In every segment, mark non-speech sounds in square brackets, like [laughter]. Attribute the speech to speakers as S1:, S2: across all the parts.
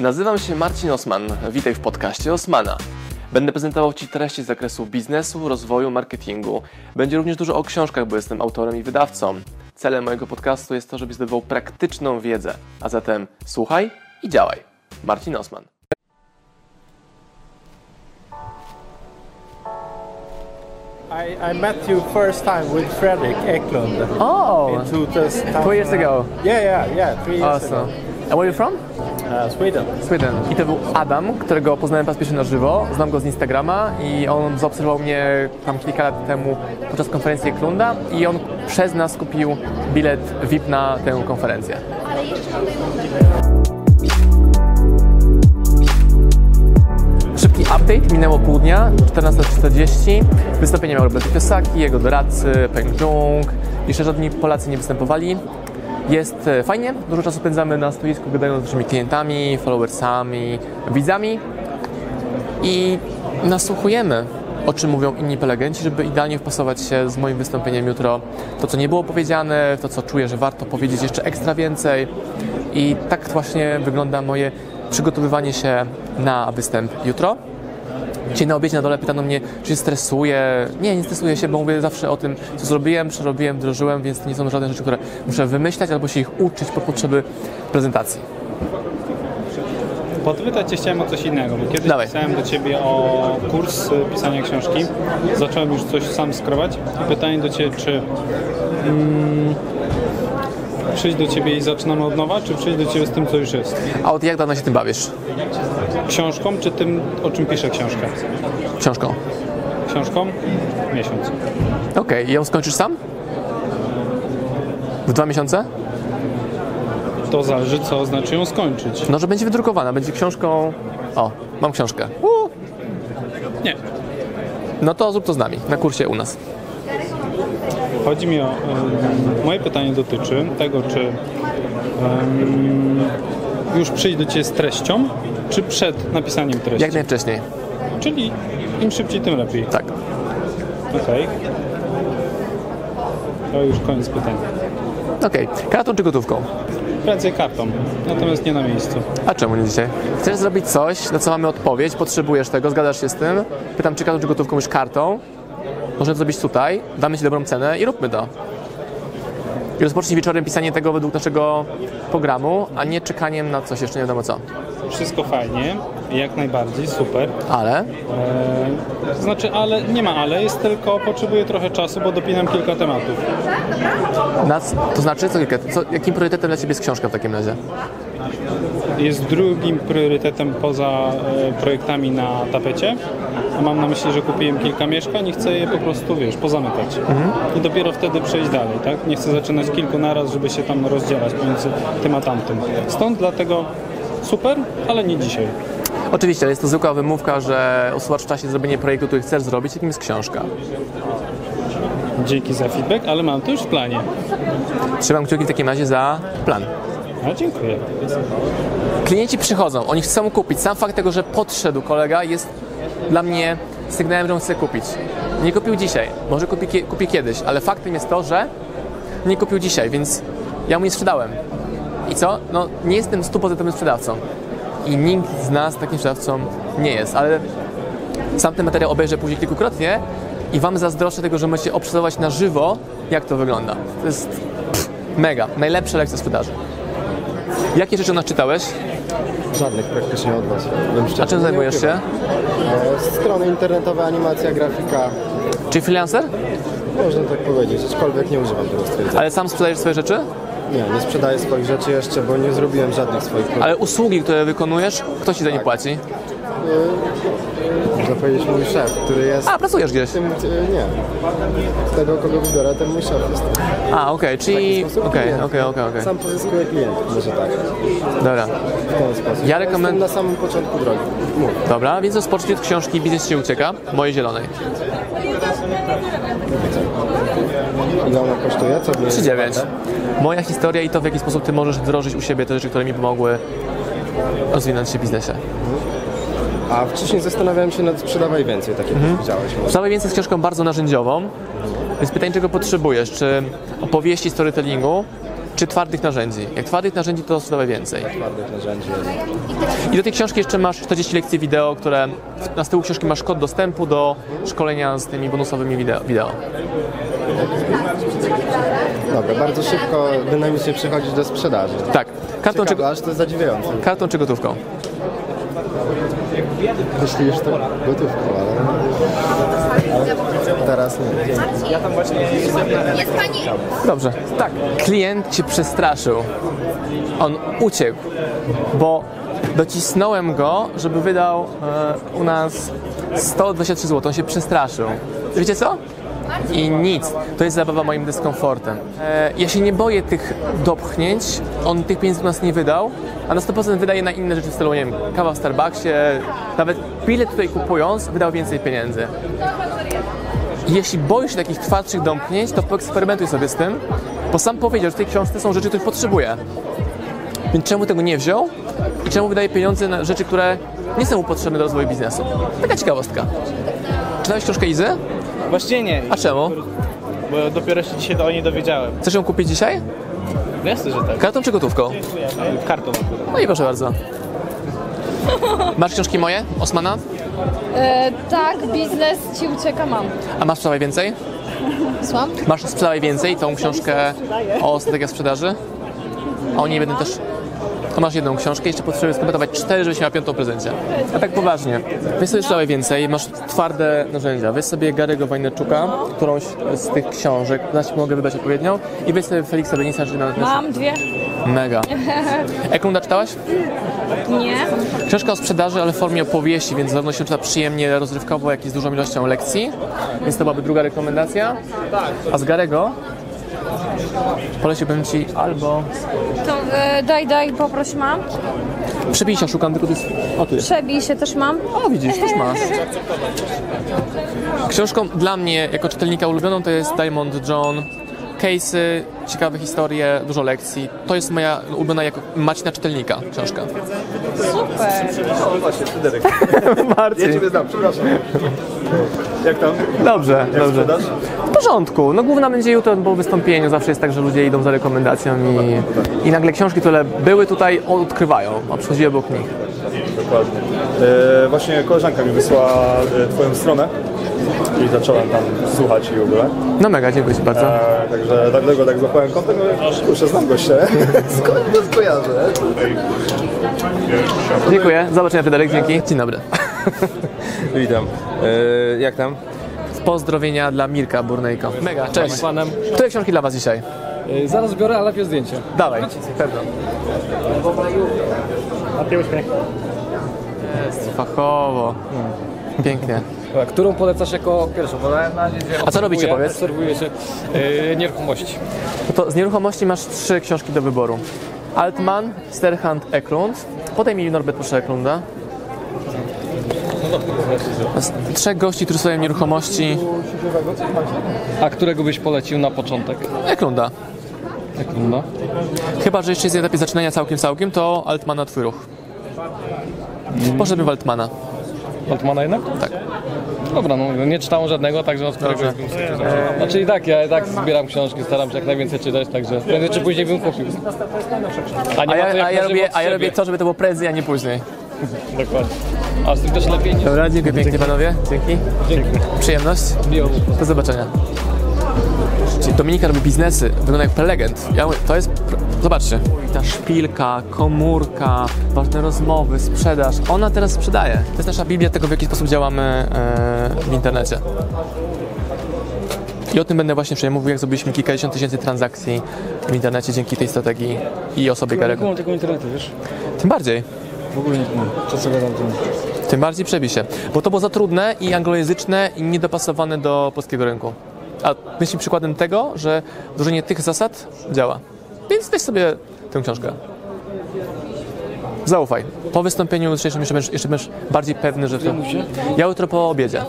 S1: Nazywam się Marcin Osman. Witaj w podcaście Osmana. Będę prezentował Ci treści z zakresu biznesu, rozwoju, marketingu. Będzie również dużo o książkach, bo jestem autorem i wydawcą. Celem mojego podcastu jest to, żebyś zdobywał praktyczną wiedzę. A zatem słuchaj i działaj. Marcin Osman.
S2: I, I met you first time with Fredrik Eklund in
S1: Oh,
S2: 2000.
S1: Two years ago.
S2: Yeah, yeah, yeah, three years
S1: awesome.
S2: ago.
S1: And where are you from?
S2: Uh, Sweden.
S1: Sweden. I to był Adam, którego poznałem po raz pierwszy na żywo. Znam go z Instagrama i on zaobserwował mnie tam kilka lat temu podczas konferencji Klunda i on przez nas kupił bilet VIP na tę konferencję. Szybki update, minęło pół dnia, 14.40. Wystąpienie miał Robert Kiosaki, jego doradcy, Peng Jung. Jeszcze żadni Polacy nie występowali. Jest e, fajnie, dużo czasu spędzamy na stoisku, gadając z naszymi klientami, followersami, widzami i nasłuchujemy, o czym mówią inni prelegenci, żeby idealnie wpasować się z moim wystąpieniem jutro. To, co nie było powiedziane, to, co czuję, że warto powiedzieć jeszcze ekstra więcej. I tak właśnie wygląda moje przygotowywanie się na występ jutro. Dzisiaj na obiedzie na dole pytano mnie, czy się stresuję. Nie, nie stresuję się, bo mówię zawsze o tym, co zrobiłem, przerobiłem, wdrożyłem, więc to nie są żadne rzeczy, które muszę wymyślać albo się ich uczyć pod potrzeby prezentacji.
S3: Podpytać Cię chciałem o coś innego, bo kiedyś
S1: Dawaj.
S3: pisałem do Ciebie o kurs y, pisania książki. Zacząłem już coś sam skrować i pytanie do Ciebie, czy mm, przyjść do Ciebie i zaczynamy od nowa, czy przyjść do Ciebie z tym, co już jest?
S1: A od jak dawno się tym bawisz?
S3: Książką, czy tym, o czym piszę książkę?
S1: Książką.
S3: Książką? Miesiąc.
S1: Okej, i ją skończysz sam? W dwa miesiące?
S3: To zależy, co znaczy ją skończyć.
S1: No, że będzie wydrukowana, będzie książką. O, mam książkę. Uuu.
S3: Nie.
S1: No to zrób to z nami, na kursie u nas.
S3: Chodzi mi o... em, moje pytanie dotyczy tego, czy em, już przyjść do Ciebie z treścią, czy przed napisaniem treści?
S1: Jak najwcześniej.
S3: Czyli im szybciej, tym lepiej.
S1: Tak.
S3: Okej. To już koniec pytań.
S1: Okej, kartą czy gotówką?
S3: Prędzej kartą, natomiast nie na miejscu.
S1: A czemu nie dzisiaj? Chcesz zrobić coś, na co mamy odpowiedź, potrzebujesz tego, zgadzasz się z tym? Pytam, czy kartą czy gotówką już kartą? Możemy to zrobić tutaj, damy ci dobrą cenę i róbmy to. I rozpocznij wieczorem pisanie tego według naszego programu, a nie czekaniem na coś jeszcze nie wiadomo co.
S3: Wszystko fajnie, jak najbardziej, super.
S1: Ale
S3: Eee, znaczy, ale nie ma ale, jest tylko potrzebuję trochę czasu, bo dopinam kilka tematów.
S1: Na, c- to znaczy, co, kilka- co, jakim priorytetem dla Ciebie jest książka w takim razie?
S3: Jest drugim priorytetem poza e, projektami na tapecie. A mam na myśli, że kupiłem kilka mieszkań i chcę je po prostu, wiesz, pozamykać. I dopiero wtedy przejść dalej, tak? Nie chcę zaczynać kilku naraz, żeby się tam rozdzielać pomiędzy tym a tamtym. Stąd dlatego super, ale nie dzisiaj.
S1: Oczywiście, ale jest to zwykła wymówka, że usuwasz w czasie zrobienie projektu, który chcesz zrobić, jakim jest książka.
S3: Dzięki za feedback, ale mam to już w planie.
S1: Trzymam kciuki w takim razie za plan.
S3: A No, dziękuję.
S1: Klienci przychodzą, oni chcą kupić. Sam fakt tego, że podszedł kolega jest dla mnie sygnałem, że on chce kupić. Nie kupił dzisiaj, może kupi, kie- kupi kiedyś, ale faktem jest to, że nie kupił dzisiaj, więc ja mu nie sprzedałem. I co? No nie jestem 100% sprzedawcą. I nikt z nas takim sprzedawcą nie jest, ale sam ten materiał obejrzę później kilkukrotnie i Wam zazdroszczę tego, że możecie obserwować na żywo, jak to wygląda. To jest pff, mega, najlepsza lekcja sprzedaży. Jakie rzeczy nas czytałeś?
S4: Żadnych praktycznie od Was. bym szczerze
S1: A czym
S4: nie
S1: zajmujesz się?
S4: ukrywał. E, Strony internetowe, animacja, grafika,
S1: Czy freelancer?
S4: można tak powiedzieć, aczkolwiek nie używam tego stwierdzenia.
S1: Ale sam sprzedajesz swoje rzeczy?
S4: Nie, nie sprzedaję swoich rzeczy jeszcze, bo nie zrobiłem żadnych swoich produktów.
S1: Ale usługi, które wykonujesz, kto ci za nie płaci?
S4: Można powiedzieć mój szef, który jest
S1: A, pracujesz gdzieś.
S4: tym, e, nie, z tego kogo wybiorę, ten mój szef jest.
S1: A, okej, czyli...
S4: Sposób
S1: Okej,
S4: klient.
S1: okej, okej, okej.
S4: Sam pozyskuje klientów, może tak,
S1: Dobra,
S4: w ten sposób.
S1: Ja rekomend-
S4: Jestem na samym początku drogi. Mów.
S1: dobra, więc rozpocznij od książki Biznes się ucieka, mojej zielonej.
S4: Ile ona kosztuje? Co w niej jest
S1: 39.
S4: zawarte?
S1: Moja historia i to, w jaki sposób ty możesz wdrożyć u siebie te rzeczy, które mi pomogły rozwinąć się w biznesie.
S4: A wcześniej zastanawiałem się nad sprzedawaj więcej, tak jak już widziałeś. Może.
S1: Sprzedawaj więcej z książką bardzo narzędziową, więc pytanie, czego potrzebujesz? Czy opowieści storytellingu, czy twardych narzędzi? Jak twardych narzędzi, to sprzedawaj więcej.
S4: Twardych narzędzi.
S1: I do tej książki jeszcze masz 40 lekcji wideo, które na z tyłu książki masz kod dostępu do szkolenia z tymi bonusowymi wideo. wideo.
S4: Dobra, bardzo szybko, dynamicznie przechodzić do sprzedaży.
S1: Tak, kartą czy,
S4: Ciekawe, aż to jest zadziwiające.
S1: kartą czy gotówką?
S4: Jeśli już to gotówką, ale teraz nie.
S5: Jest pani
S1: Dobrze. Tak, klient się przestraszył. On uciekł, bo docisnąłem go, żeby wydał e, u nas 123 zł. On się przestraszył. Wiecie co? I nic. To jest zabawa moim dyskomfortem. E, ja się nie boję tych dopchnięć. On tych pieniędzy u nas nie wydał, a na 100% wydaje na inne rzeczy w stylu, nie wiem, kawa w Starbucksie, nawet bilet tutaj kupując, wydał więcej pieniędzy. Jeśli boisz się takich twardszych domknięć, to poeksperymentuj sobie z tym, bo sam powiedział, że w tej książce są rzeczy, których potrzebuje. Więc czemu tego nie wziął i czemu wydaje pieniądze na rzeczy, które nie są mu potrzebne do rozwoju biznesu? Taka ciekawostka. Czytałeś książkę Izy?
S6: Właśnie nie,
S1: A czemu?
S6: bo dopiero się dzisiaj o niej dowiedziałem.
S1: Chcesz ją kupić dzisiaj?
S6: No jasne, że tak.
S1: Kartą czy gotówką?
S6: Kartą.
S1: No i proszę bardzo. Masz książki moje, Osmana?
S7: E, tak, biznes ci ucieka, mam.
S1: A masz sprzedawaj więcej?
S7: Słucham?
S1: Masz sprzedawaj więcej tą książkę o strategiach sprzedaży? A o niej będę też. To masz jedną książkę, jeszcze potrzebuję skompletować cztery, żebyś miała piątą prezencję. A tak poważnie. Weź sobie sprzedawaj więcej, masz twarde narzędzia. Weź sobie Gary'ego Wajneczuka, którąś z tych książek, znaczy mogę wybrać odpowiednią, i weź sobie Feliksa Benisa, czyli na na-
S7: Mam dwie.
S1: Mega. Eklunda czytałaś?
S7: Nie.
S1: Książka o sprzedaży, ale w formie opowieści, więc zarówno się czyta przyjemnie, rozrywkowo, jak i z dużą ilością lekcji. Więc to byłaby druga rekomendacja. A z Garego poleciłbym Ci albo...
S7: To e, daj, daj, poproś mam.
S1: Przebij się, szukam, tylko to jest... O, tu jest.
S7: Przebij się też mam.
S1: O, widzisz, też
S7: [laughs]
S1: masz. Książką dla mnie, jako czytelnika ulubioną, to jest Diamond John. Case'y, ciekawe historie, dużo lekcji. To jest moja ulubiona jako Macina czytelnika książka.
S7: Super.
S4: No właśnie, Fryderyk.
S1: [laughs] Marcin,
S4: znam, przepraszam. Jak tam?
S1: dobrze, dobrze.
S4: Sprzedaż?
S1: W porządku. No główna będzie jutro po wystąpieniu. Zawsze jest tak, że ludzie idą za rekomendacją
S4: No
S1: i,
S4: tak,
S1: i nagle książki, które były tutaj, odkrywają, a przychodzi obok nich.
S8: Dokładnie. E, właśnie koleżanka mi wysłała e, Twoją stronę i zacząłem tam słuchać i w ogóle.
S1: No mega, dziękuję Ci bardzo.
S8: E, także dlatego tak złapałem kontakt, no kurczę, znam gościa.
S4: Skąd to skojarzę?
S1: Dziękuję. Do zobaczenia, Fryderyk. Dzięki. Dzień dobry.
S4: Witam. E, jak tam?
S1: Pozdrowienia dla Mirka Burnejko. Mega, cześć. Które książki dla Was dzisiaj?
S9: E, Zaraz biorę, ale najpierw zdjęcie.
S1: Dawaj. Pewno. Jest, fachowo. Pięknie.
S9: Dobra, Którą polecasz jako pierwszą? Bo ja na niedzielę
S1: A co robicie,
S9: obserwuję-
S1: powiedz? No
S9: Obserwuję się yy, nieruchomości.
S1: To z nieruchomości masz trzy książki do wyboru. Altman, Sterhand, Eklund. Podaj mi Norbert proszę Eklunda. Z trzech gości, którzy stoją nieruchomości.
S9: A którego byś polecił na początek?
S1: Eklunda.
S9: Jak wygląda?
S1: Chyba, że jeszcze jest na etapie zaczynania całkiem, całkiem, to Altmana twój ruch. Poszedłbym w Altmana.
S9: Altmana jednak?
S1: Tak.
S9: Dobra, no nie czytałem żadnego, także od którego
S1: Dobrze.
S9: bym eee. Znaczy i tak, ja i tak zbieram książki, staram się jak najwięcej czytać, także prędzej czy później bym kupił. nie
S1: A
S9: ma to
S1: ja,
S9: jak
S1: a ja,
S9: na żywo
S1: robię,
S9: od
S1: a ja
S9: siebie.
S1: robię to, żeby to było prędzej, a nie później.
S9: Dokładnie. A z tym też lepiej niż...
S1: Dobra, dziękuję pięknie panowie. Dzięki.
S9: Dzięki.
S1: Przyjemność.
S9: Miło było.
S1: Do zobaczenia. Czyli Dominika robi biznesy, wygląda jak prelegent. Ja mówię, to jest. pr- Zobaczcie. Ta szpilka, komórka, ważne rozmowy, sprzedaż. Ona teraz sprzedaje. To jest nasza Biblia tego, w jaki sposób działamy e, w internecie. I o tym będę właśnie wczoraj mówił, jak zrobiliśmy kilkadziesiąt tysięcy transakcji w internecie dzięki tej strategii i osobie Garego.
S9: tego internetu, wiesz?
S1: Tym bardziej.
S9: W ogóle nie mam. Co sobie tam
S1: Tym bardziej przebi się. Bo to było za trudne i anglojęzyczne i niedopasowane do polskiego rynku. A myślę przykładem tego, że wdrożenie tych zasad działa. Więc weź sobie tę książkę. Zaufaj. Po wystąpieniu jutrzejszym jeszcze będziesz, jeszcze będziesz bardziej pewny, że to... Ja jutro po obiedzie.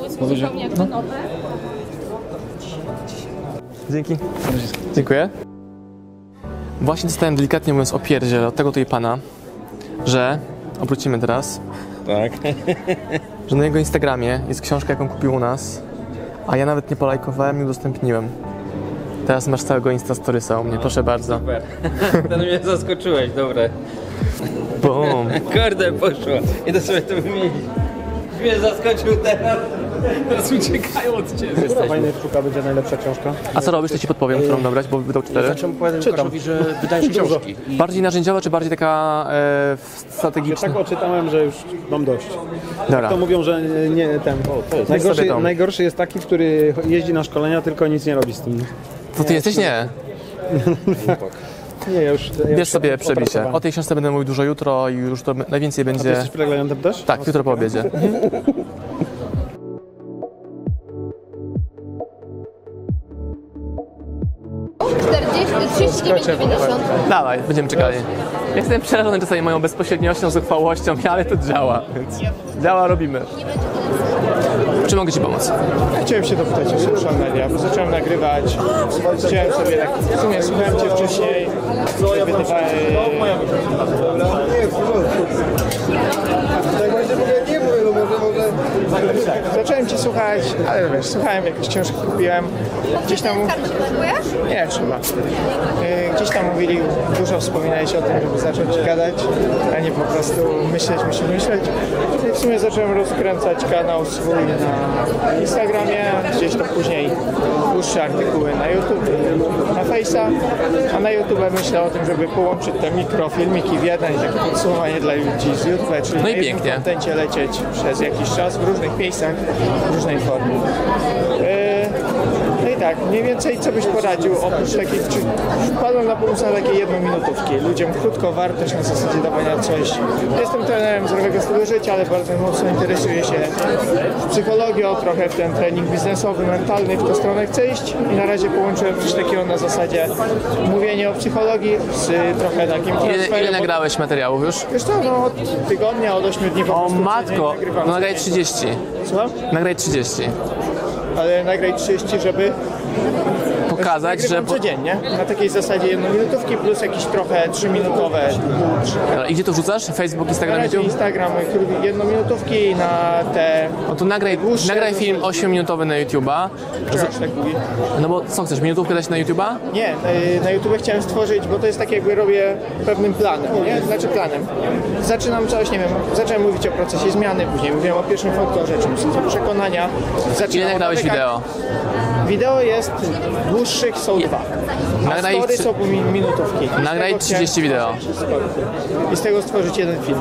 S1: Dzięki. Dziękuję. Właśnie dostałem delikatnie mówiąc o pierdzie od tego tutaj pana, że... Obrócimy teraz.
S4: Tak.
S1: że na jego Instagramie jest książka, jaką kupił u nas, a ja nawet nie polajkowałem i udostępniłem. Teraz masz całego Instastorysa u mnie, proszę bardzo.
S10: Super. Ten mnie zaskoczyłeś, dobre.
S1: Bum.
S10: Kurde poszło. I to sobie to wymienić. Mnie zaskoczył teraz. Teraz uciekają od ciebie.
S1: Fajnie,
S2: sztuka będzie najlepsza książka.
S1: A co robisz, to ci podpowiem, którą dobrać, bo wydał cztery.
S11: Zacząłem opowiadać Łukaszowi, że wydajesz książki.
S1: Bardziej narzędziowa, czy bardziej taka e, strategiczna?
S2: Ja tak oczytałem, że już mam dość.
S1: Dobra.
S2: To mówią, że nie nie, ten.
S1: jest-
S2: najgorszy,
S1: sobie tą.
S2: najgorszy jest taki, który jeździ na szkolenia, tylko nic nie robi z tym.
S1: To ty jesteś? Nie.
S2: Nie, ja już. Ja już
S1: Wiesz sobie, przebicie.
S2: opracowałem.
S1: O tej książce będę mówił dużo jutro i już to m- najwięcej
S2: A ty
S1: będzie...
S2: jesteś prelegentem też?
S1: Tak, jutro po obiedzie. Dawaj, będziemy czekali. Ja Jestem przerażony czasami moją bezpośredniością, zuchwałością, [laughs] ale to działa, więc działa, robimy. Czy mogę Ci pomóc?
S12: Chciałem się dopytać o social media, bo zacząłem nagrywać, chciałem sobie tak, w sumie słuchałem Cię wcześniej, wydawałem... Zacząłem Cię słuchać, ale wiesz, słuchałem, jakieś książki kupiłem, gdzieś tam... Nie, trzeba. Yy, Gdzieś tam mówili, dużo wspominałeś o tym, żeby zacząć gadać, a nie po prostu myśleć, myśleć, myśleć. I w sumie zacząłem rozkręcać kanał swój na Instagramie, gdzieś to później dłuższe artykuły na YouTube, na Face'a, a na YouTube myślę o tym, żeby połączyć te mikrofilmiki w jeden, takie podsumowanie dla ludzi z YouTube, czyli
S1: No i
S12: na jednym
S1: pięknie.
S12: kontencie lecieć przez jakiś czas w różnych miejscach, w różnej formie. E, No i tak, mniej więcej co byś poradził oprócz takich, czy wpadłem na pomysł na takie jednominutówki, ludziom krótko wartość na zasadzie dawania coś. Jestem trenerem zdrowego stylu życia, ale bardzo mocno interesuję się psychologią, trochę w ten trening biznesowy, no, mentalny, w tę stronę chcę iść i na razie połączyłem coś takiego na zasadzie mówienie o psychologii z trochę takim
S1: Ile, ile
S12: transferem od
S1: nagrałeś materiałów już?
S12: Wiesz co, no od tygodnia, od 8 dni po O matko,
S1: No nagraj 30.
S12: Co?
S1: Nagraj 30.
S12: no, Ale nagraj 30, żeby...
S1: Pokazać,
S12: Nagrywam
S1: że po-
S12: codziennie, na takiej zasadzie jednominutówki plus jakieś trochę 3-minutowe.
S1: Dobra, I gdzie to rzucasz? Facebook,
S12: Na
S1: Instagram,
S12: razie
S1: YouTube?
S12: Instagram, jednominutówki na te...
S1: No to nagraj, nagraj film 8-minutoty na YouTube'a.
S12: Czekasz, tak mówi.
S1: No bo co chcesz, minutówkę dać na YouTube'a?
S12: Nie, y, na YouTube chciałem stworzyć, bo to jest tak jakby robię pewnym planem, nie? Znaczy planem. Zaczynam coś, nie wiem, zacząłem mówić o procesie zmiany, później mówiłem o pierwszym faktorze, czym są przekonania. Zaczynam
S1: Ile
S12: od
S1: nagrałeś
S12: nawykach.
S1: wideo?
S12: Wideo jest dłuższych są dwa. A
S1: Nagraj
S12: story
S1: trzy-
S12: są pół min- minutówki. I z
S1: Nagraj
S12: tego chciałem
S1: 30 wideo.
S12: stworzyć story. I z tego stworzyć jeden film.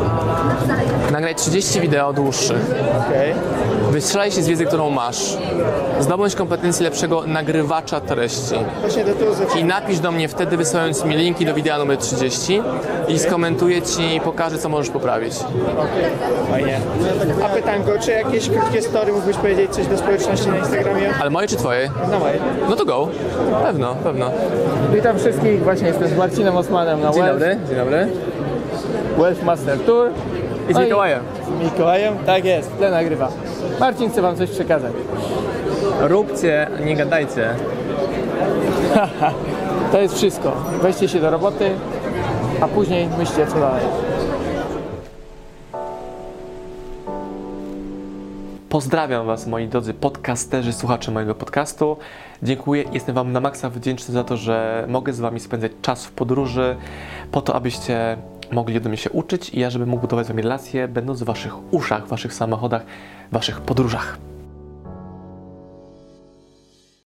S1: Nagraj 30 wideo dłuższych. Wystrzelaj się z wiedzy, którą masz. Zdobądź kompetencje lepszego nagrywacza treści.
S12: Właśnie do tego zacząłem.
S1: I napisz do mnie wtedy, wysyłając mi linki do wideo numer 30 i skomentuję ci i pokażę, co możesz poprawić.
S12: Fajnie. A pytanko, czy jakieś krótkie story mógłbyś powiedzieć coś do społeczności na Instagramie?
S1: Ale moje czy twoje?
S12: No moje.
S1: No to go. Pewno, pewno.
S13: Witam wszystkich, właśnie jestem z Marcinem Osmanem na
S1: Dzień
S13: Welsh.
S1: dobry, dzień dobry.
S13: Welsh Master Tour.
S1: I
S12: No
S1: z Mikołajem.
S13: Z Mikołajem, tak jest, tyle nagrywa. Marcin chce wam coś przekazać.
S1: Róbcie, nie gadajcie.
S13: to jest wszystko. Weźcie się do roboty, a później myślcie co dalej.
S1: Pozdrawiam Was, moi drodzy podcasterzy, słuchacze mojego podcastu. Dziękuję, jestem Wam na maksa wdzięczny za to, że mogę z Wami spędzać czas w podróży, po to, abyście mogli ode mnie się uczyć i ja, żebym mógł budować z Wami relacje, będąc w Waszych uszach, w Waszych samochodach, w Waszych podróżach.